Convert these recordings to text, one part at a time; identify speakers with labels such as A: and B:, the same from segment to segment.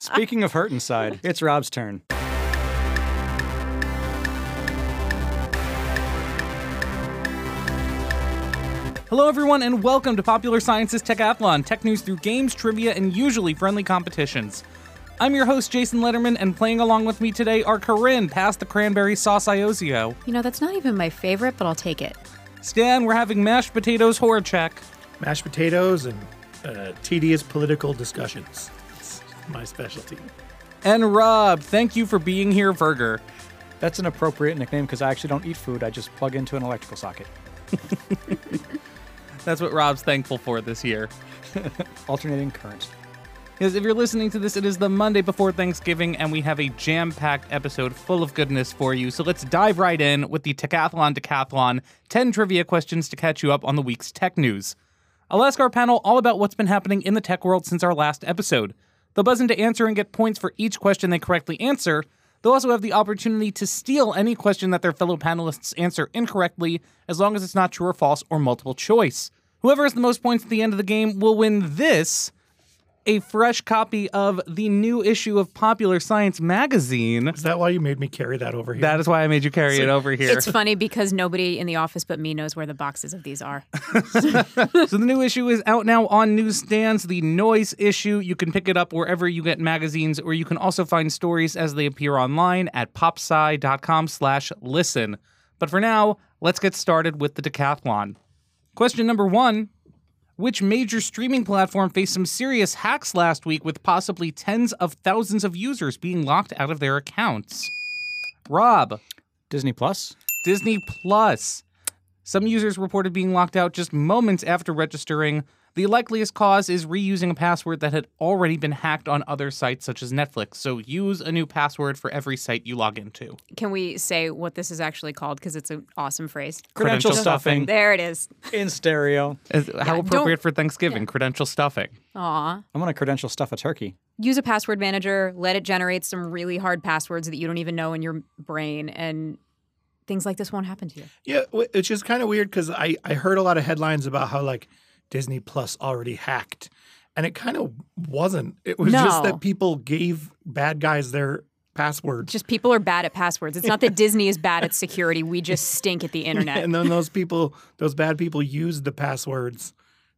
A: Speaking of hurt inside, it's Rob's turn.
B: Hello, everyone, and welcome to Popular Science's Techathlon, tech news through games, trivia, and usually friendly competitions. I'm your host, Jason Letterman, and playing along with me today are Corinne, past the cranberry sauce Iosio.
C: You know, that's not even my favorite, but I'll take it.
B: Stan, we're having mashed potatoes Horacek.
D: mashed potatoes and uh, tedious political discussions. It's my specialty.
B: And Rob, thank you for being here, Verger.
A: That's an appropriate nickname because I actually don't eat food. I just plug into an electrical socket.
B: That's what Rob's thankful for this year.
A: Alternating current.
B: Because if you're listening to this, it is the Monday before Thanksgiving, and we have a jam packed episode full of goodness for you. So let's dive right in with the Decathlon Decathlon 10 trivia questions to catch you up on the week's tech news. I'll ask our panel all about what's been happening in the tech world since our last episode. They'll buzz in to answer and get points for each question they correctly answer. They'll also have the opportunity to steal any question that their fellow panelists answer incorrectly, as long as it's not true or false or multiple choice. Whoever has the most points at the end of the game will win this a fresh copy of the new issue of Popular Science magazine.
D: Is that why you made me carry that over here?
B: That is why I made you carry it over here.
C: It's funny because nobody in the office but me knows where the boxes of these are.
B: So the new issue is out now on newsstands. The noise issue, you can pick it up wherever you get magazines, or you can also find stories as they appear online at popsci.com slash listen. But for now, let's get started with the decathlon. Question number one. Which major streaming platform faced some serious hacks last week with possibly tens of thousands of users being locked out of their accounts? Rob.
A: Disney Plus?
B: Disney Plus. Some users reported being locked out just moments after registering. The likeliest cause is reusing a password that had already been hacked on other sites such as Netflix. So use a new password for every site you log into.
C: Can we say what this is actually called? Because it's an awesome phrase.
A: Credential,
B: Credential
A: stuffing.
C: There it is.
A: in stereo.
B: As- How
C: don't-
B: appropriate for Thanksgiving, credential stuffing.
C: Aw.
A: I'm going to credential stuff a turkey.
C: Use a password manager. Let it generate some really hard passwords that you don't even know in your brain, and things like this won't happen to you.
D: Yeah, wh- which is kind of weird because I, I heard a lot of headlines about how like Disney Plus already hacked. And it kind of wasn't. It was just
C: No.
D: that people gave bad guys their passwords.
C: Just people are bad at passwords. It's not that Disney is bad at security. We just stink at the internet.
D: and then those people, those bad people used the passwords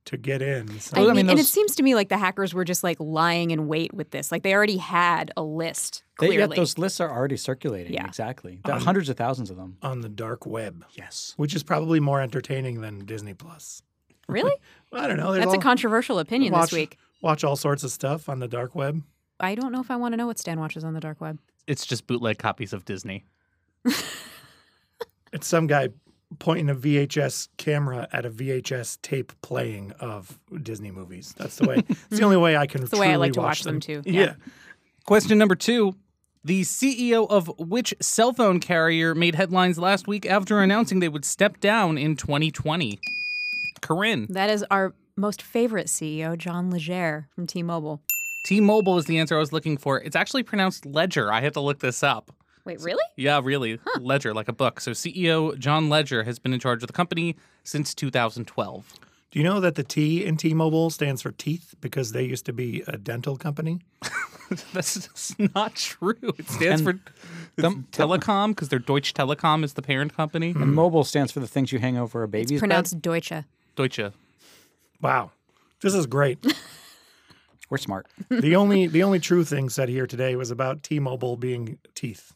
D: to get in. So
C: I
A: I
C: mean,
A: mean,
C: and it
A: those-
C: seems to me like the hackers were just like lying in wait with this. Like they already had a list. Clearly.
A: They got those lists are already circulating.
C: Yeah.
A: Exactly. There are hundreds of thousands of them.
D: on the dark web,
A: Um, Yes.
D: which is probably more entertaining than Disney Plus.
C: Really?
D: I don't know. there's
C: That's a
D: all-
C: controversial opinion
D: watch,
C: this week.
D: Watch all sorts of stuff on the dark web.
C: I don't know if I want to know what Stan watches on the dark web.
B: It's just bootleg copies of Disney.
D: It's some guy pointing a VHS camera at a VHS tape playing of Disney movies. That's the way. it's the only way I can.
C: the way I like to watch them, too.
D: Yeah.
C: Yeah.
B: Question number two. The CEO of which cell phone carrier made headlines last week after announcing they would step down in 2020? Corinne.
C: That is our most favorite CEO, John Leger from T-Mobile.
B: T-Mobile is the answer I was looking for. It's actually pronounced Ledger. I had to look this up.
C: Wait, really?
B: Yeah, really. Ledger, like a book. So CEO John Ledger has been in charge of the company since 2012.
D: Do you know that the T in T-Mobile stands for teeth because they used to be a dental company?
B: That's just not true. It stands
A: And
B: for telecom because their Deutsche Telekom is the parent company.
A: And mobile stands for the things you hang over a baby's bed,
C: Pronounced Deutsche.
B: Deutsche.
D: Wow. This is great.
A: We're smart.
D: the only the only true thing said here today was about T-Mobile being teeth.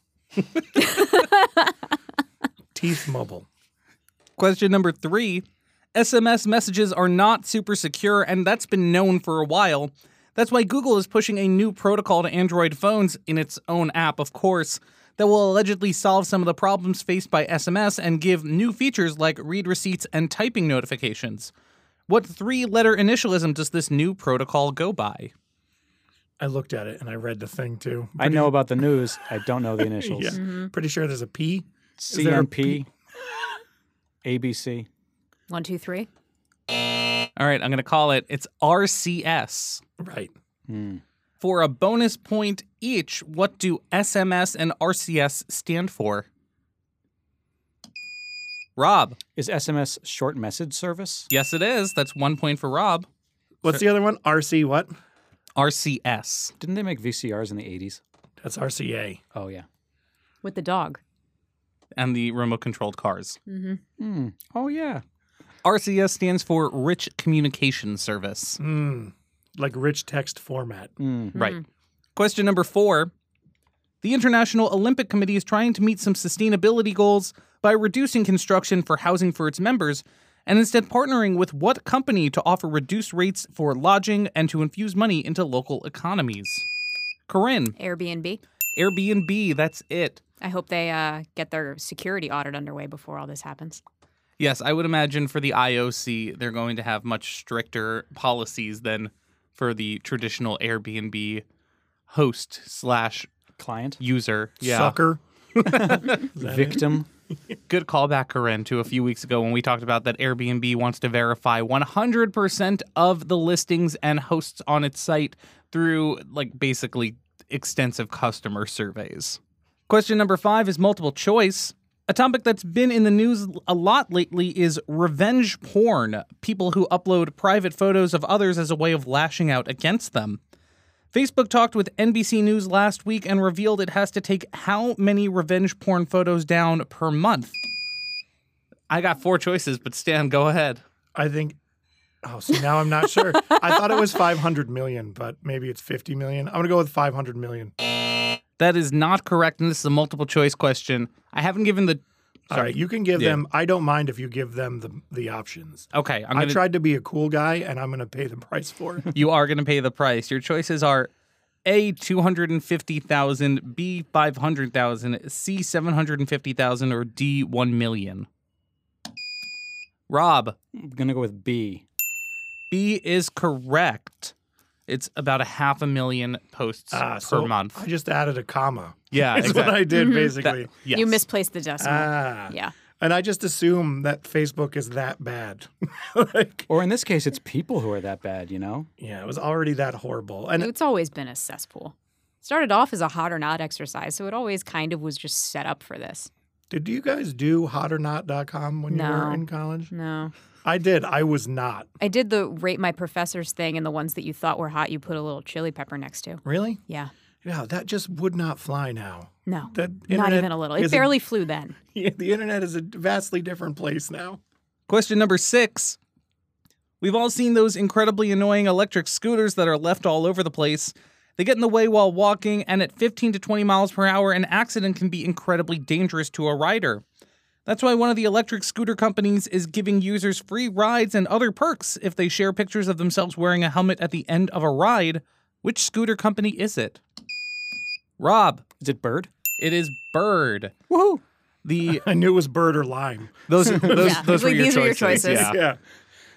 D: teeth mobile.
B: Question number three SMS messages are not super secure, and that's been known for a while. That's why Google is pushing a new protocol to Android phones in its own app, of course, that will allegedly solve some of the problems faced by SMS and give new features like read receipts and typing notifications. What three letter initialism does this new protocol go by?
D: I looked at it and I read the thing too.
A: I know about the news. I don't know the initials.
D: Yeah. Pretty sure there's a P. Is there a
A: CMP, ABC.
C: One, two, three.
B: All right, I'm going to call it it's RCS.
D: Right.
B: For a bonus point each, what do SMS and RCS stand for? Rob.
A: Is SMS short message service?
B: Yes, it is. That's one point for Rob.
D: What's the other one? RC what?
B: RCS.
A: Didn't they make VCRs in the 80s?
D: That's RCA.
A: Oh, yeah.
C: with the dog.
B: And the remote controlled cars.
C: Mm-hmm.
A: Hmm. Oh, yeah.
B: RCS stands for Rich Communication Service.
D: Mm, like rich text format.
A: Hmm.
B: Right. Question number four The International Olympic Committee is trying to meet some sustainability goals by reducing construction for housing for its members and instead partnering with what company to offer reduced rates for lodging and to infuse money into local economies? Corinne,
C: Airbnb.
B: Airbnb, that's it.
C: I hope they uh, get their security audit underway before all this happens.
B: Yes, I would imagine for the IOC, they're going to have much stricter policies than for the traditional Airbnb host slash
A: Client.
B: user.
D: Sucker. Is that it?
A: Victim.
B: Good callback, Corinne, to a few weeks ago when we talked about that Airbnb wants to verify 100% of the listings and hosts on its site through, like, basically extensive customer surveys. Question number five is multiple choice. A topic that's been in the news a lot lately is revenge porn, people who upload private photos of others as a way of lashing out against them. Facebook talked with NBC News last week and revealed it has to take how many revenge porn photos down per month? I got four choices, but Stan, go ahead.
D: I think. Oh, so now I'm not sure. I thought it was 500 million, but maybe it's 50 million. I'm going to go with 500 million.
B: That is not correct, and this is a multiple choice question. I haven't given the.
D: All right, you can give
B: Yeah.
D: them. I don't mind if you give them the the options.
B: Okay, I'm
D: I
B: gonna,
D: tried to be a cool guy, and I'm going to pay the price for it.
B: you are going to pay the price. Your choices are A, 250,000, B, 500,000, C, 750,000, or D, 1 million. Rob.
A: I'm going to go with B.
B: B is correct. It's about a half a million posts
D: Ah,
B: per
D: so
B: month.
D: I just added a comma.
B: yeah,
D: That's
B: exactly.
D: what I did
C: Mhm.
D: basically.
B: yes.
C: You misplaced the
B: Mm-hmm.
C: decimal.
D: Ah,
C: yeah.
D: and I just assume that Facebook is that bad. like,
A: Or in this case, it's people who are that bad, you know?
D: yeah, it was already that horrible. And
C: It's always been a cesspool. Started off as a hot or not exercise, so it always kind of was just set up for this.
D: did you guys do hotornot.com when you
C: No.
D: were in college?
C: No.
D: I did. I was not
C: I did the rate my professors thing, and the ones that you thought were hot, you put a little chili pepper next to.
D: really.
C: Yeah.
D: Yeah, that just would not fly now.
C: No.
D: The
C: not
D: internet
C: even a little. It
D: is a-
C: barely flew then.
D: Yeah, the internet is a vastly different place now.
B: Question number six. We've all seen those incredibly annoying electric scooters that are left all over the place. They get in the way while walking, and at 15 to 20 miles per hour, an accident can be incredibly dangerous to a rider. That's why one of the electric scooter companies is giving users free rides and other perks if they share pictures of themselves wearing a helmet at the end of a ride. Which scooter company is it? Rob,
A: Is it Bird?
B: it is Bird.
A: Woohoo!
B: The
D: I knew it was bird or lime.
B: those those,
C: Yeah,
B: those
C: like,
B: were your
C: these were your choices.
B: Yeah.
D: yeah.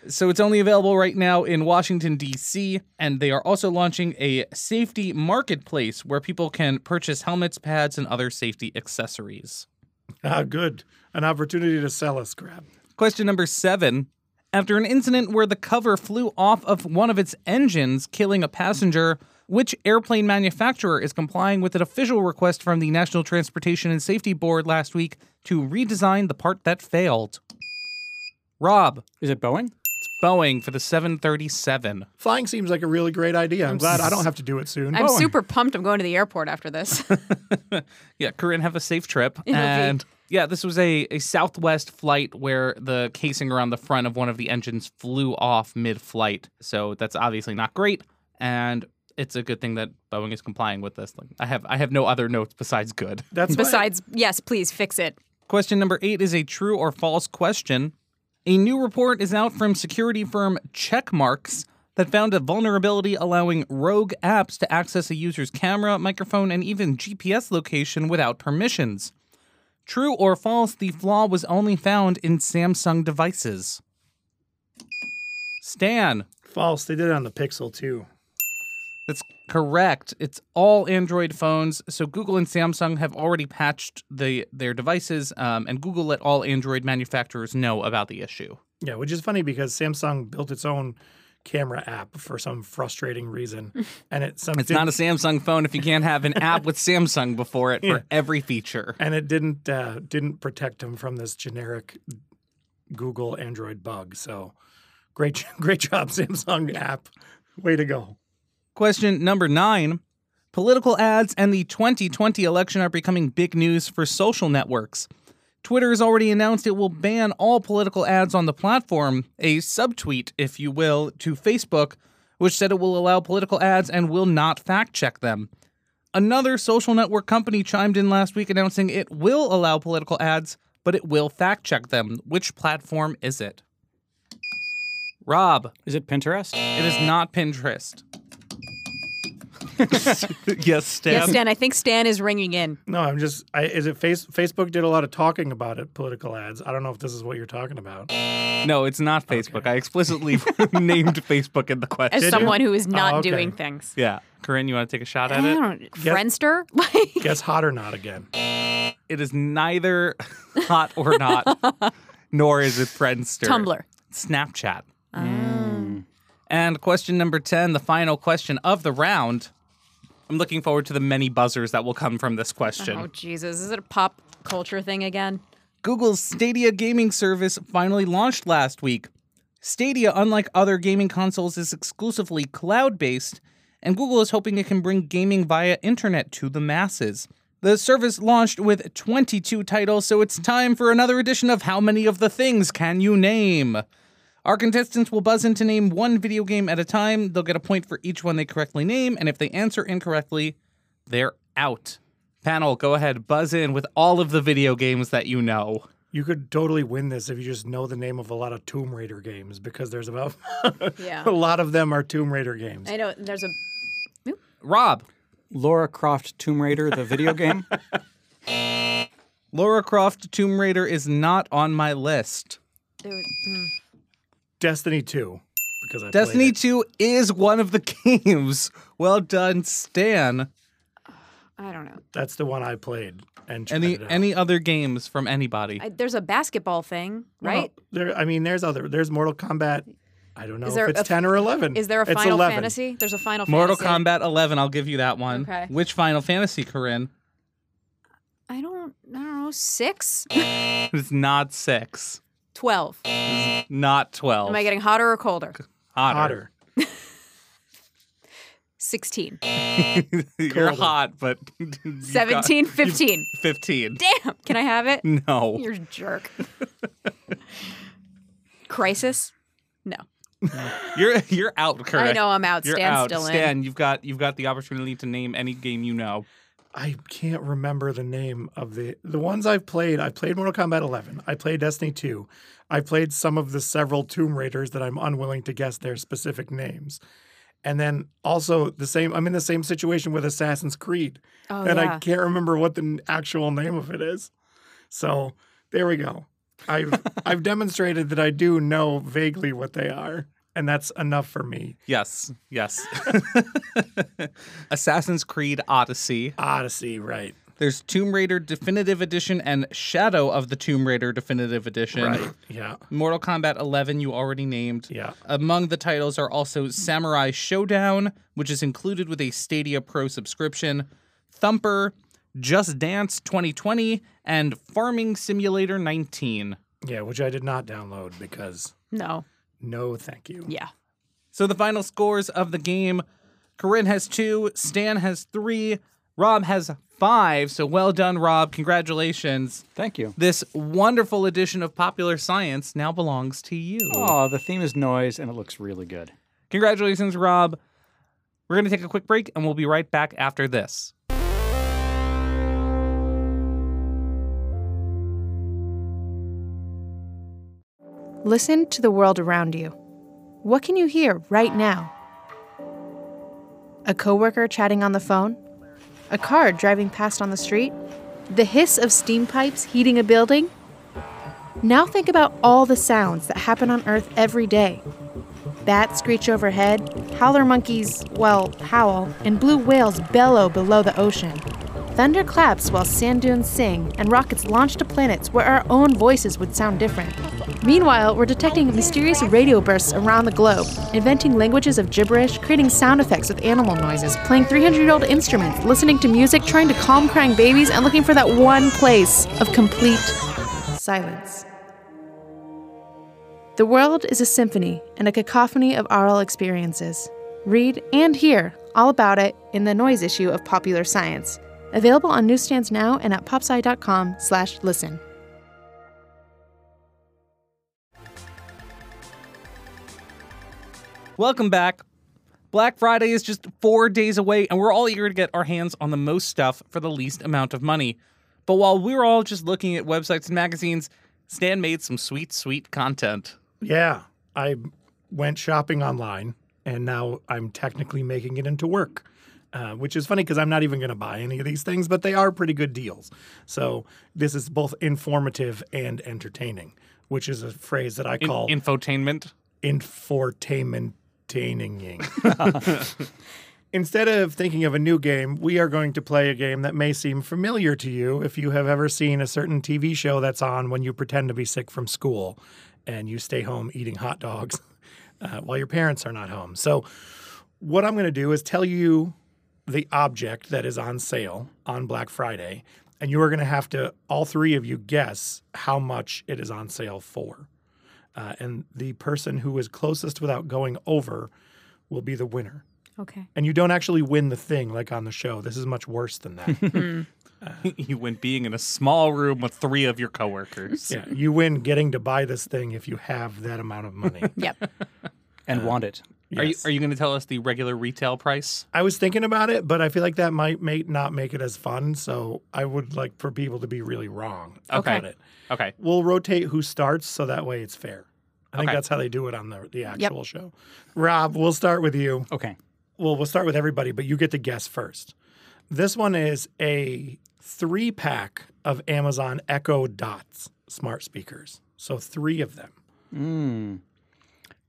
B: So it's only available right now in Washington, D.C., and they are also launching a safety marketplace where people can purchase helmets, pads, and other safety accessories.
D: Ah, good. An opportunity to sell us crap.
B: Question number seven. After an incident where the cover flew off of one of its engines, killing a passenger, which airplane manufacturer is complying with an official request from the National Transportation and Safety Board last week to redesign the part that failed? Rob,
A: Is it Boeing?
B: it's Boeing for the 737.
D: Flying seems like a really great idea. I'm glad I don't have to do it soon.
C: I'm super pumped. I'm going to the airport after this.
B: Yeah, Corinne, have a safe trip. And yeah, this was a, a Southwest flight where the casing around the front of one of the engines flew off mid flight. So that's obviously not great. And it's a good thing that Boeing is complying with this. Like, I have I have no other notes besides good.
D: That's why-
C: Besides, yes, please fix it.
B: Question number eight is a true or false question. A new report is out from security firm Checkmarks that found a vulnerability allowing rogue apps to access a user's camera, microphone, and even GPS location without permissions. True or false, the flaw was only found in Samsung devices. Stan,
D: false. They did it on the Pixel too.
B: that's correct. It's all Android phones. So Google and Samsung have already patched the their devices, um, and Google let all Android manufacturers know about the issue.
D: Yeah, which is funny because Samsung built its own camera app for some frustrating reason, and it some
B: It's
D: did-
B: not a Samsung phone if you can't have an app with Samsung before it for
D: Yeah.
B: every feature.
D: and it didn't uh, didn't protect them from this generic Google Android bug. So great, great job, Samsung app. Way to go.
B: Question number nine Political ads and the 2020 election are becoming big news for social networks. Twitter has already announced it will ban all political ads on the platform, a subtweet, if you will, to Facebook, which said it will allow political ads and will not fact check them. Another social network company chimed in last week announcing it will allow political ads, but it will fact check them. Which platform is it? Rob,
A: Is it Pinterest?
B: it is not Pinterest. yes, Stan.
C: Yes, Stan. I think Stan is ringing in.
D: No, I'm just. I, is it face, Facebook did a lot of talking about it, political ads. I don't know if this is what you're talking about.
B: No, it's not Facebook. I explicitly named Facebook in the question.
C: As someone who is not
D: Oh, okay.
C: doing things.
B: yeah. Corinne, you want to take a shot
C: I
B: at it?
C: don't, Friendster? Like,
D: Guess hot or not again.
B: It is neither hot or not, nor is it Friendster.
C: Tumblr. Ah.
B: Snapchat. Mm. And question number 10, the final question of the round. I'm looking forward to the many buzzers that will come from this question.
C: Oh, Jesus. Is it a pop culture thing again?
B: Google's Stadia gaming service finally launched last week. Stadia, unlike other gaming consoles, is exclusively cloud based, and Google is hoping it can bring gaming via internet to the masses. The service launched with 22 titles, so it's time for another edition of How Many of the Things Can You Name? Our contestants will buzz in to name one video game at a time. They'll get a point for each one they correctly name, and if they answer incorrectly, they're out. Panel, go ahead, buzz in with all of the video games that you know.
D: You could totally win this if you just know the name of a lot of Tomb Raider games because there's about
C: Yeah.
D: a lot of them are Tomb Raider games.
C: I know there's a.
B: Rob,
A: Laura Croft Tomb Raider, the video game.
B: Laura Croft Tomb Raider is not on my list.
C: hmm,
D: Destiny 2 because I played
B: Destiny
D: it.
B: 2 is one of the games. Well done, Stan.
C: I don't know.
D: That's the one I played and tried
B: Any
D: it out.
B: any other games from anybody?
C: I, there's a basketball thing,
D: Well,
C: right?
D: there, I mean, there's other. There's Mortal Kombat. I don't know
C: Is
D: if
C: there
D: it's
C: a-
D: ten or eleven.
C: Is there a
D: It's
C: Final
D: 11.
C: Fantasy? There's a Final
B: Mortal
C: Fantasy.
B: Kombat 11, I'll give you that one.
C: Okay.
B: Which Final Fantasy, Corinne?
C: I don't. I don't know. Six.
B: It's not 6,
C: Twelve.
B: not 12.
C: Am I getting hotter or colder?
B: hotter?
D: Otter.
C: Sixteen.
B: You're
D: Colder.
B: hot, but you've got
C: Seventeen. Fifteen.
B: 15.
C: Damn. Can I have it?
B: No.
C: You're a jerk. Crisis? No.
B: You're you're out, Corinne.
C: I know I'm out.
B: You're
C: Stan's
B: out.
C: still in.
B: Stan, you've got you've got the opportunity to name any game you know.
D: I can't remember the name of the the ones I've played. I played Mortal Kombat 11. I played Destiny 2. I played some of the several Tomb Raiders that I'm unwilling to guess their specific names. And then also the same. I'm in the same situation with Assassin's Creed,
C: Oh,
D: and
C: yeah.
D: I can't remember what the n- actual name of it is. So there we go. I've I've demonstrated that I do know vaguely what they are, and that's enough for me.
B: Yes, yes. Assassin's Creed Odyssey.
D: Odyssey, right?
B: There's Tomb Raider Definitive Edition and Shadow of the Tomb Raider Definitive Edition.
D: Right. Yeah.
B: Mortal Kombat 11, you already named.
D: Yeah.
B: Among the titles are also Samurai Showdown, which is included with a Stadia Pro subscription, Thumper, Just Dance 2020, and Farming Simulator 19.
D: Yeah, which I did not download because
C: No.
D: no, thank you.
C: Yeah.
B: So the final scores of the game Corinne has two, Stan has three, Rob has five. So well done, Rob. Congratulations.
A: Thank you.
B: This wonderful edition of Popular Science now belongs to you.
A: Oh, the theme is noise, and it looks really good.
B: Congratulations, Rob. We're going to take a quick break and we'll be right back after this.
E: Listen to the world around you. What can you hear right now? A coworker chatting on the phone? A car driving past on the street? The hiss of steam pipes heating a building? Now think about all the sounds that happen on Earth every day. Bats screech overhead, howler monkeys, well, howl, and blue whales bellow below the ocean. Thunder claps while sand dunes sing, and rockets launch to planets where our own voices would sound different. Meanwhile, we're detecting mysterious radio bursts around the globe, inventing languages of gibberish, creating sound effects with animal noises, playing 300 year old instruments, listening to music, trying to calm crying babies, and looking for that one place of complete silence. The world is a symphony and a cacophony of aural experiences. Read and hear all about it in the noise issue of Popular Science, available on newsstands now and at popsci.com slash listen.
B: Welcome back. Black Friday is just four days away, and we're all eager to get our hands on the most stuff for the least amount of money. But while we were all just looking at websites and magazines, Stan made some sweet, sweet content.
D: Yeah, I went shopping online, and now I'm technically making it into work, uh, which is funny because I'm not even going to buy any of these things, but they are pretty good deals. So this is both informative and entertaining, which is a phrase that I
B: In-
D: call
B: infotainment.
D: infotainmentaining. Instead of thinking of a new game, we are going to play a game that may seem familiar to you if you have ever seen a certain TV show that's on when you pretend to be sick from school and you stay home eating hot dogs uh, while your parents are not home. So, what I'm going to do is tell you the object that is on sale on Black Friday, and you are going to have to, all three of you, guess how much it is on sale for uh, and the person who is closest without going over will be the winner.
C: Okay.
D: And you don't actually win the thing like on the show. This is much worse than that.
B: you went being in a small room with three of your coworkers.
D: yeah, you win getting to buy this thing if you have that amount of money.
C: Yep.
A: and
B: Uh,
A: want it.
B: Are you
D: Yes.
B: are you going to tell us the regular retail price?
D: I was thinking about it, but I feel like that might make not make it as fun. So I would like for people to be really wrong
B: Okay.
D: about it.
B: Okay.
D: We'll rotate who starts, so that way it's fair. I think
B: Okay.
D: that's how they do it on the the actual show. Rob, we'll start with you.
A: Okay.
D: well, we'll start with everybody, but you get to guess first. This one is a three pack of Amazon Echo Dots smart speakers. So three of them.
A: Mm.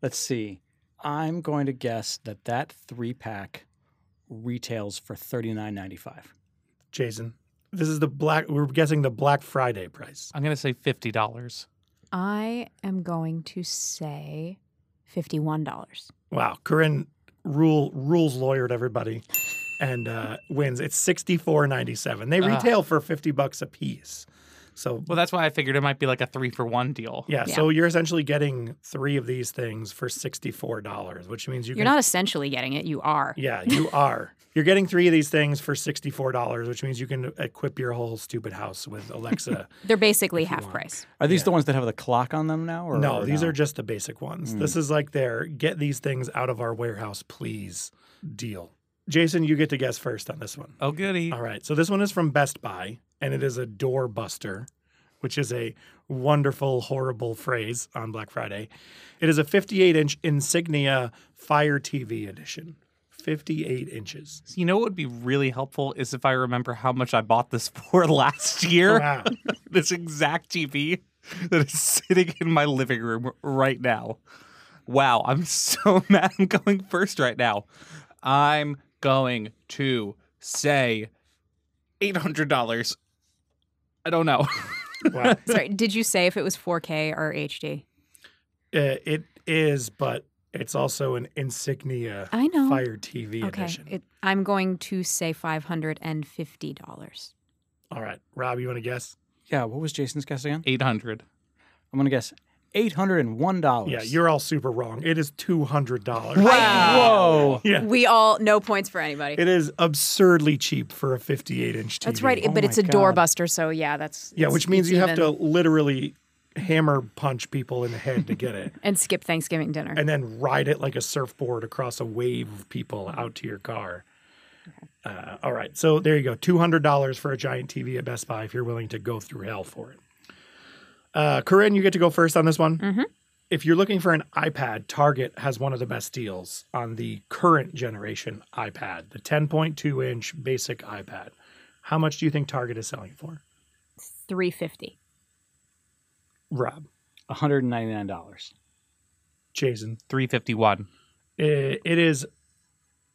A: Let's see. I'm going to guess that that three pack retails for thirty nine ninety five.
D: Jason, this is the black. We're guessing the Black Friday price.
B: I'm going to say fifty dollars.
C: I am going to say $51.
D: Wow, Corinne rule rules lawyered everybody, and uh, wins. It's sixty four ninety seven. They retail for fifty bucks a piece. So
B: Well, that's why I figured it might be like a three for one deal.
D: yeah,
C: Yeah.
D: so you're essentially getting three of these things for sixty four dollars, which means you
C: You're
D: can
C: not essentially getting it, you are.
D: Yeah, you are. You're getting three of these things for $64, which means you can equip your whole stupid house with Alexa.
C: They're basically half price.
A: Are these the ones that have the clock on them now? Or,
D: no,
A: or
D: these are just the basic ones. This is like their get these things out of our warehouse, please deal. Jason, you get to guess first on this one.
B: Oh goody.
D: All right. So this one is from Best Buy, and it is a door buster, which is a wonderful, horrible phrase on Black Friday. It is a 58 inch Insignia Fire TV edition. 58 inches.
B: So you know what would be really helpful is if I remember how much I bought this for last year.
D: Wow.
B: this exact TV that is sitting in my living room right now. Wow, I'm so mad I'm going first right now. I'm going to say $800. I don't know.
D: wow.
C: Sorry, did you say if it was 4K or HD?
D: Uh, it is, but it's also an insignia
C: I know.
D: Fire TV
C: okay.
D: edition.
C: It, I'm going to say $550.
D: All right, Rob, you want to guess?
A: Yeah. What was Jason's guess again?
B: 800.
A: I'm going to guess eight hundred and one dollars.
D: Yeah, you're all super wrong. It is two hundred dollars.
A: Whoa.
D: Yeah,
C: We all, no points for anybody.
D: it is absurdly cheap for a fifty-eight inch TV.
C: that's right,
A: Oh
C: but
A: my
C: it's a
A: God.
C: doorbuster, so yeah, that's.
D: Yeah,
C: it's-
D: which means
C: it's
D: you have
C: even.
D: to literally hammer punch people in the head to get it,
C: And skip Thanksgiving dinner.
D: and then ride it like a surfboard across a wave of people out to your car. Uh, all right, so there you go. Two hundred dollars for a giant TV at Best Buy if you're willing to go through hell for it. Uh, Corinne, you get to go first on this one. If you're looking for an iPad, Target has one of the best deals on the current generation iPad, the 10.2 inch basic iPad. How much do you think Target is selling it for?
C: 350
D: Rob,
A: One hundred and ninety nine dollars.
D: Jason,
B: 351.
D: it, Eh, it is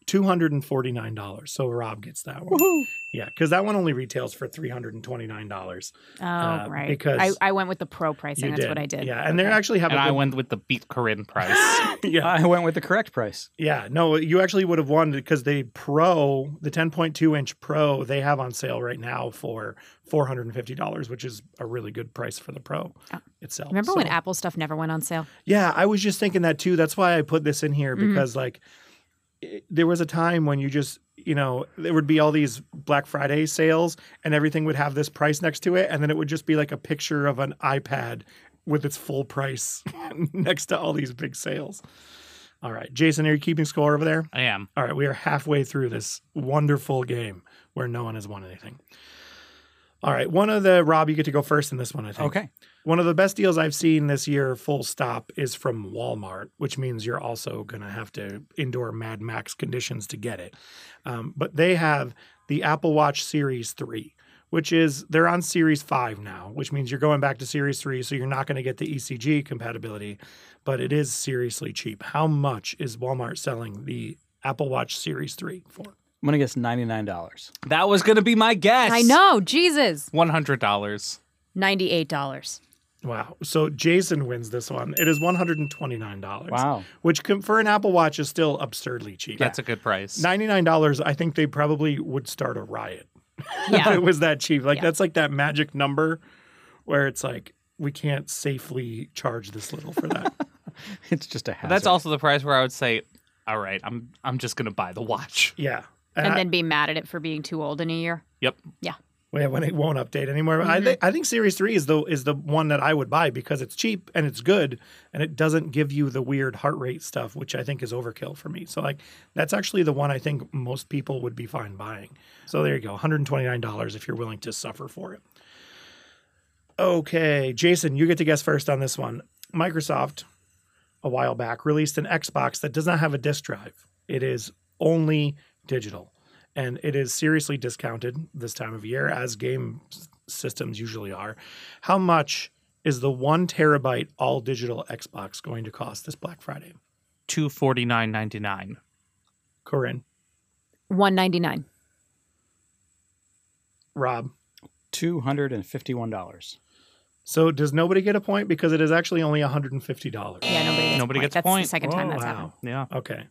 D: two hundred and forty nine dollars. So Rob gets that one. Yeah, because that one only retails for three hundred and twenty nine dollars.
C: Oh,
D: Uh,
C: right.
D: because
C: I, I went with the pro pricing. That's what I did.
D: Yeah, and they actually have.
B: And
D: a
B: I
D: good-
B: went with the beat Corinne price.
D: Yeah,
A: I went with the correct price.
D: yeah. No, you actually would have won because the Pro, the ten point two inch Pro, they have on sale right now for four hundred and fifty dollars, which is a really good price for the Pro itself.
C: Oh. Remember when
D: So-
C: Apple stuff never went on sale?
D: Yeah, I was just thinking that too. That's why I put this in here because like it- there was a time when you just you know there would be all these black friday sales and everything would have this price next to it and then it would just be like a picture of an ipad with its full price next to all these big sales all right jason are you keeping score over there
B: I am.
D: all right we are halfway through this wonderful game where no one has won anything all right one of the rob you get to go first in this one i think
A: Okay.
D: one of the best deals I've seen this year, full stop, is from Walmart, which means you're also going to have to endure Mad Max conditions to get it. Um, but they have the Apple Watch Series 3, which is they're on Series 5 now, which means you're going back to Series 3, so you're not going to get the ECG compatibility, but it is seriously cheap. How much is Walmart selling the Apple Watch Series 3 for?
A: I'm going to guess $99.
B: That was going to be my guess.
C: I know. Jesus.
B: $100.
C: $98.
D: Wow. So Jason wins this one. It is $129.
A: Wow.
D: Which com- for an Apple Watch is still absurdly cheap.
B: That's a good price.
D: $99, I think they probably would start a riot if
C: Yeah.
D: it was that cheap. Like,
C: Yeah.
D: that's like that magic number where it's like, we can't safely charge this little for that.
A: It's just a
B: But
A: hazard.
B: that's also the price where I would say, all right, I'm I'm just going to buy the watch.
D: yeah.
C: and
D: I-
C: then be mad at it for being too old in a year.
B: Yep.
D: Yeah, when it won't update anymore. I think I think Series Three is the is the one that I would buy because it's cheap and it's good and it doesn't give you the weird heart rate stuff, which I think is overkill for me. So like that's actually the one I think most people would be fine buying. So there you go, one hundred twenty nine dollars if you're willing to suffer for it. Okay, Jason, you get to guess first on this one. Microsoft, a while back, released an Xbox that does not have a disk drive. It is only digital and it is seriously discounted this time of year as game s- systems usually are how much is the one terabyte all digital xbox going to cost this black friday
B: 249.99.
D: corinne
C: 199
D: rob
A: $251.
D: so does nobody get a point because it is actually only $150
C: Yeah, nobody gets a
B: Nobody
C: point.
B: gets a
C: That's
B: point.
C: the second time
D: Oh,
C: that's
D: wow.
C: happened.
B: Yeah.
D: okay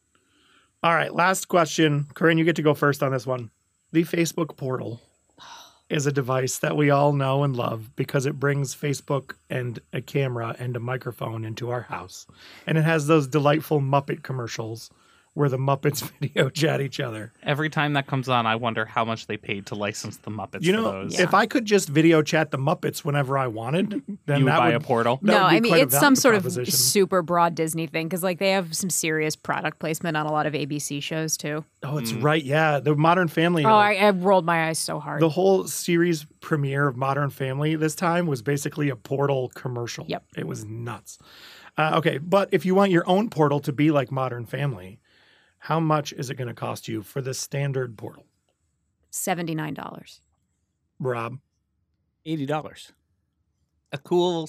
D: all right last question corinne you get to go first on this one the facebook portal is a device that we all know and love because it brings Facebook and a camera and a microphone into our house. And it has those delightful Muppet commercials where the Muppets video chat each other.
B: Every time that comes on, I wonder how much they paid to license the Muppets
D: you
B: for
D: know,
B: those.
D: if I could just video chat the Muppets whenever I wanted, then
B: you would
D: that
B: buy
D: would
B: a portal.
D: That
C: no,
D: would be
C: I mean
D: quite a
C: it's some
D: value
C: sort of
D: proposition.
C: super broad Disney thing because like they have some serious product placement on a lot of ABC shows too.
D: Oh, it's
B: Mm.
D: right. Yeah, the Modern Family.
C: Oh, I, I rolled my eyes so hard.
D: the whole series premiere of Modern Family this time was basically a Portal commercial.
C: Yep.
D: It was nuts. Uh, okay, but if you want your own Portal to be like Modern Family, how much is it going to cost you for the standard Portal,
C: Seventy nine dollars.
D: Rob?
A: $80.
B: a cool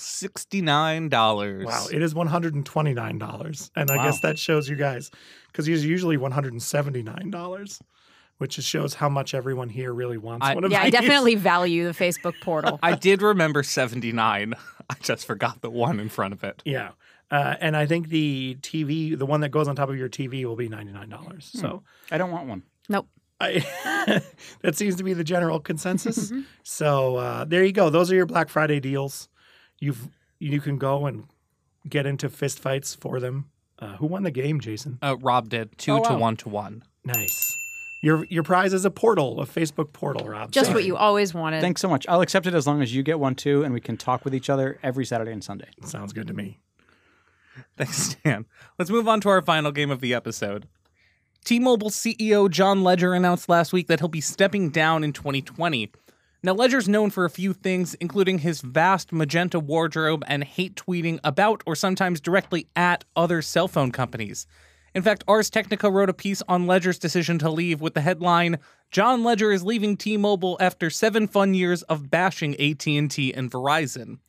B: $69.
D: Wow, it is one hundred and twenty nine dollars, and I
A: Wow.
D: guess that shows you guys because it's usually one hundred and seventy nine dollars, which just shows how much everyone here really wants
B: I-
D: one of
C: Yeah, I
D: these.
C: definitely value the Facebook portal.
B: I did remember 79. I just forgot the one in front of it.
D: Yeah. Uh, and I think the TV, the one that goes on top of your TV, will be ninety
C: Hmm.
D: nine dollars. So
A: I don't want one.
C: nope.
D: I, that seems to be the general consensus.
C: Mm-hmm.
D: so uh, there you go. Those are your Black Friday deals. You've you can go and get into fist fights for them. Uh, who won the game, Jason?
B: Uh, Rob did two
A: Oh,
B: to
A: wow.
B: one to one.
D: Nice. Your your prize is a portal, a Facebook portal, Rob.
C: Just
D: So
C: what you always wanted.
A: Thanks so much. I'll accept it as long as you get one too, and we can talk with each other every Saturday and Sunday.
D: sounds good to me.
B: Thanks, Dan. Let's move on to our final game of the episode. T Mobile CEO John Ledger announced last week that he'll be stepping down in 2020. Now, Ledger's known for a few things, including his vast magenta wardrobe and hate tweeting about or sometimes directly at other cell phone companies. In fact, Ars Technica wrote a piece on Ledger's decision to leave with the headline John Ledger is leaving T Mobile after seven fun years of bashing AT&T and Verizon.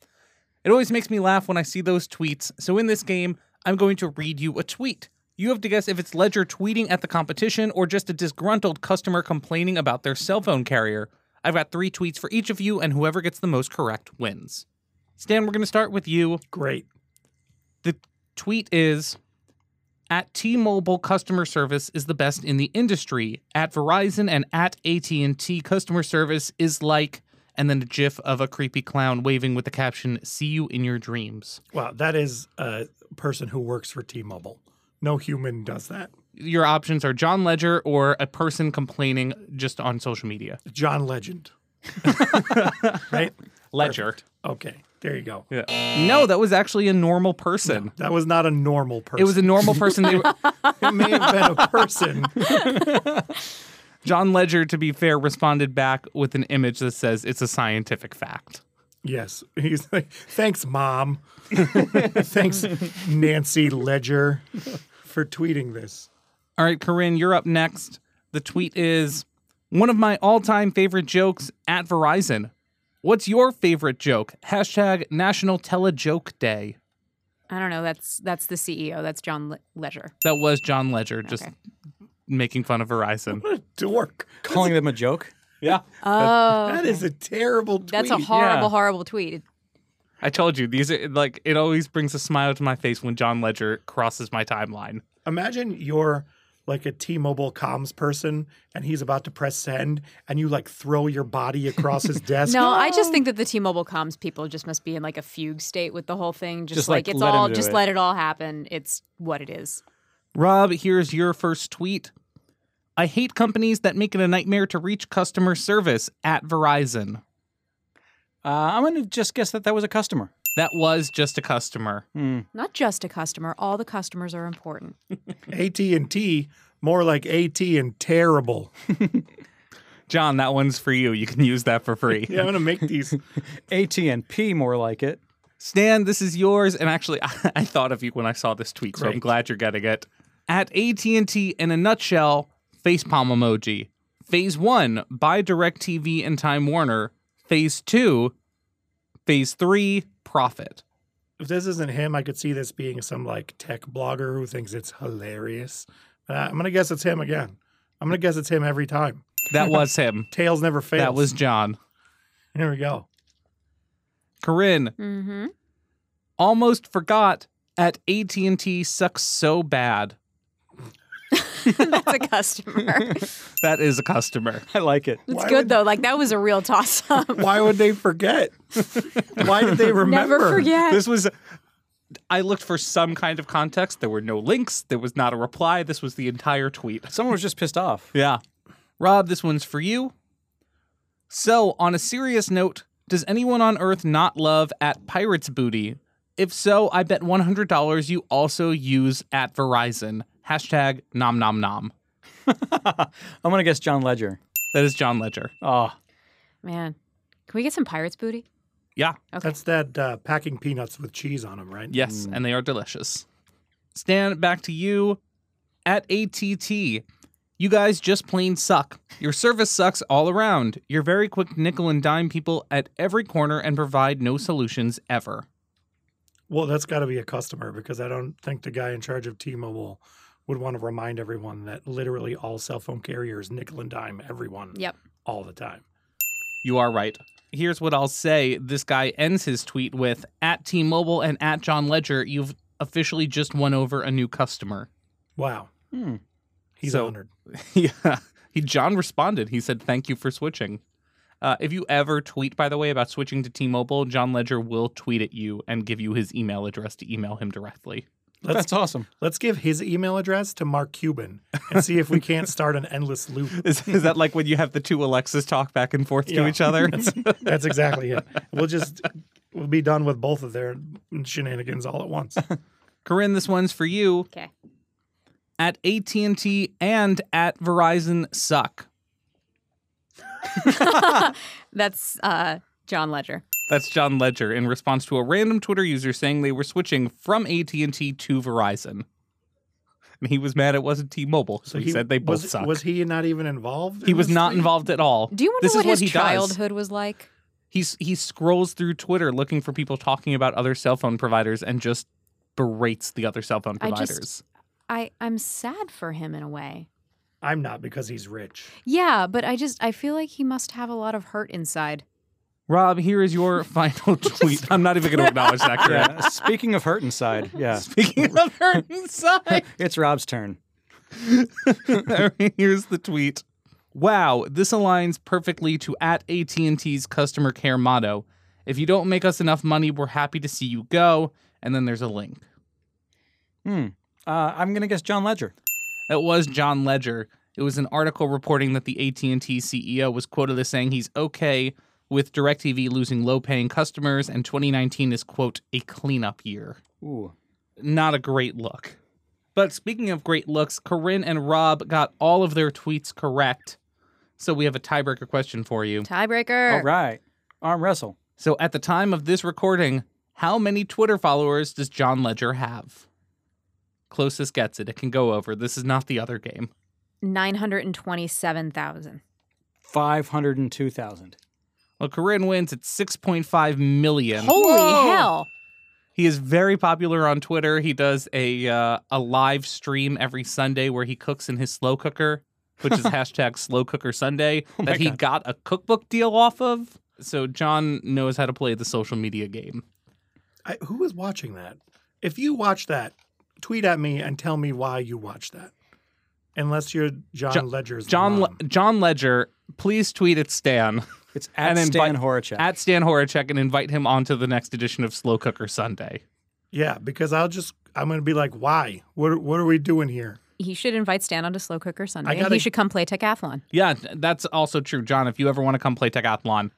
B: It always makes me laugh when I see those tweets. So in this game, I'm going to read you a tweet. You have to guess if it's Ledger tweeting at the competition or just a disgruntled customer complaining about their cell phone carrier. I've got three tweets for each of you, and whoever gets the most correct wins. Stan, we're going to start with you.
D: Great.
B: The tweet is at T-Mobile customer service is the best in the industry. At Verizon and at AT&T customer service is like and then a gif of a creepy clown waving with the caption see you in your dreams.
D: Wow, that is a person who works for T-Mobile. No human does that.
B: your options are John Ledger or a person complaining just on social media.
D: John Legend. right?
B: Ledger.
D: Okay. There you go.
B: Yeah. No, that was actually a normal person.
D: That was not a normal person.
B: It was a normal person. They were-
D: it may have been a person.
B: John Ledger, to be fair, responded back with an image that says it's a scientific fact.
D: yes. He's like, thanks, Mom. thanks, Nancy Ledger, for tweeting this.
B: All right, Corinne, you're up next. The tweet is one of my all time favorite jokes at Verizon. What's your favorite joke? Hashtag National Telejoke Day.
C: I don't know. That's that's the CEO. That's John Le- Ledger.
B: That was John Ledger just
C: Okay.
B: making fun of Verizon.
D: What a dork.
A: Calling them a joke?
B: Yeah.
C: Oh,
D: That is a terrible tweet.
C: that's a horrible,
B: yeah.
C: horrible tweet.
B: I told you, these are like, it always brings a smile to my face when John Ledger crosses my timeline.
D: Imagine you're like a T-Mobile comms person and he's about to press send and you like throw your body across his desk.
C: No, I just think that the T-Mobile comms people just must be in like a fugue state with the whole thing. Just,
A: Just,
C: like,
A: like,
C: it's
A: let 'em
C: all,
A: do
C: just
A: it.
C: let it all happen. It's what it is.
B: Rob, here's your first tweet. I hate companies that make it a nightmare to reach customer service at Verizon.
A: Uh, I'm going to just guess that that was a customer.
B: That was just a customer.
C: Not just a customer. All the customers are important.
D: AT&T more like AT and terrible.
B: John, that one's for you. You can use that for free.
D: Yeah, I'm going to make these
A: AT and P, more like it.
B: Stan, this is yours. And actually, I, I thought of you when I saw this tweet, so I'm
D: Great.
B: glad you're getting it. At AT&T, in a nutshell, facepalm emoji. Phase one, buy DirecTV and Time Warner. Phase two, phase three, profit.
D: if this isn't him, I could see this being some like tech blogger who thinks it's hilarious. But I- I'm gonna guess it's him again. I'm gonna guess it's him every time.
B: That was him.
D: Tails never fails.
B: That was John.
D: here we go.
B: Corinne
C: Mm-hmm.
B: almost forgot at AT&T sucks so bad.
C: that's a customer.
B: That is a customer.
A: I like it.
C: It's
D: Why
C: good
D: would-
C: though. Like that was a real toss up.
D: Why would they forget? Why did they remember?
C: Never forget.
B: This was I looked for some kind of context. There were no links. There was not a reply. This was the entire tweet.
A: Someone was just pissed off.
B: Yeah. Rob, this one's for you. So, on a serious note, does anyone on Earth not love at Pirates Booty? If so, I bet $100 you also use at Verizon. Hashtag nom nom nom.
A: I'm going to guess John Ledger.
B: That is John Ledger.
A: Oh,
C: Man, can we get some pirates booty?
B: Yeah.
D: That's that uh, packing peanuts with cheese on them, right?
B: Yes, and they are delicious. Stan, back to you. At ATT, you guys just plain suck. Your service sucks all around. You're very quick nickel and dime people at every corner and provide no solutions ever.
D: Well, that's got to be a customer because I don't think the guy in charge of T-Mobile would want to remind everyone that literally all cell phone carriers nickel and dime everyone
C: Yep.
D: all the time.
B: You are right. Here's what I'll say. This guy ends his tweet with at T Mobile and at John Ledger, you've officially just won over a new customer.
D: Wow,
A: hmm.
D: he's
B: So-
D: honored.
B: yeah. He John responded. He said, "Thank you for switching." Uh, if you ever tweet, by the way, about switching to T-Mobile, John Ledger will tweet at you and give you his email address to email him directly.
D: Let's
A: that's awesome.
D: Let's give his email address to Mark Cuban and see if we can't start an endless loop.
B: Is, is that like when you have the two Alexas talk back and forth
D: Yeah.
B: to each other?
D: That's exactly it. We'll just we'll be done with both of their shenanigans all at once.
B: Corinne, this one's for you.
C: Okay.
B: At AT&T and at Verizon suck.
C: That's uh, John Ledger.
B: That's John Ledger in response to a random Twitter user saying they were switching from AT&T to Verizon. And he was mad it wasn't T-Mobile, so he, said they both
D: was,
B: suck.
D: Was he not even involved?
B: He
D: in
B: was
D: this
B: not
D: thing?
B: involved at all.
C: Do you wonder
B: this
C: what
B: is what
C: his
B: he Does.
C: childhood was like?
B: He's he scrolls through Twitter looking for people talking about other cell phone providers and just berates the other cell phone
C: I just-
B: providers.
C: I I'm sad for him in a way.
D: I'm not because he's rich.
C: Yeah, but I just I feel like he must have a lot of hurt inside.
B: Rob, here is your final tweet. I'm not even going to acknowledge that. Correct.
A: Yeah. Speaking of hurt inside, yeah,
B: Speaking of her inside,
A: it's Rob's turn.
B: here's the tweet. Wow, this aligns perfectly to at AT&T's customer care motto. If you don't make us enough money, we're happy to see you go. And then there's a link.
A: Hmm. Uh, I'm going to guess John Ledger.
B: It was John Ledger. It was an article reporting that the AT&T CEO E was quoted as saying he's okay with DirecTV losing low-paying customers and 2019 is quote a cleanup year.
A: Ooh.
B: Not a great look. But speaking of great looks, Corinne and Rob got all of their tweets correct. So we have a tiebreaker question for you.
C: Tiebreaker.
A: All right. Arm wrestle.
B: So at the time of this recording, how many Twitter followers does John Ledger have? Closest gets it. It can go over. This is not the other game.
C: 927,000.
A: 502,000.
B: Well, Corinne wins at 6.5 million.
C: Holy hell.
B: He is very popular on Twitter. He does a uh, a live stream every Sunday where he cooks in his slow cooker, which is hashtag Slow Cooker Sunday that he got a cookbook deal off of. So John knows how to play the social media game.
D: I, who was watching that? If you watch that, tweet at me and tell me why you watch that. Unless you're John,
B: Jo-
D: Ledger's
B: John
D: mom.
B: Le- John Ledger, please tweet at Stan
A: It's at
B: And then
A: Stan
B: by-
A: Horacek.
B: at Stan Horacek and invite him onto the next edition of Slow Cooker Sunday.
D: yeah, because I'll just I'm gonna be like, why? What what are we doing here?
C: He should invite Stan onto Slow Cooker Sunday. and
D: gotta-
C: he should come play Decathlon.
B: Yeah, th- that's also true, John. If you ever want to come play Decathlon,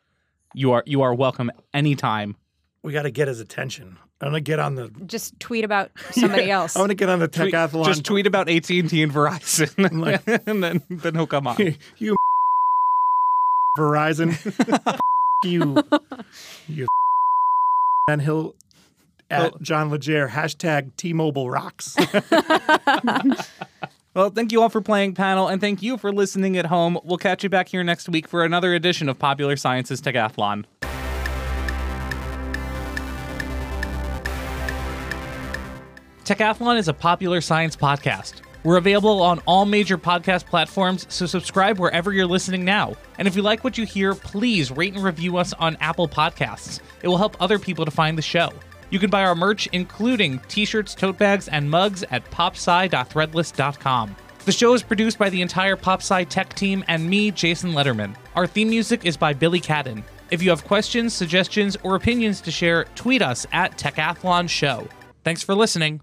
B: you are you are welcome anytime.
D: We got to get his attention. I'm gonna get on the
C: Just tweet about somebody else.
D: I want to get on the
B: Tweet-
D: decathlon.
B: Just tweet about AT and T and Verizon, and then then he'll come on.
D: you Verizon. you you and he'll at John Leger hashtag T-Mobile rocks.
B: Well, thank you all for playing panel, and thank you for listening at home. We'll catch you back here next week for another edition of Popular Sciences Decathlon. Techathlon is a popular science podcast. We're available on all major podcast platforms, so subscribe wherever you're listening now. And if you like what you hear, please rate and review us on Apple Podcasts. It will help other people to find the show. You can buy our merch, including t shirts, tote bags, and mugs, at popsci.threadless.com. The show is produced by the entire PopSci tech team and me, Jason Letterman. Our theme music is by Billy Cadden. If you have questions, suggestions, or opinions to share, tweet us at Techathlon Show. Thanks for listening.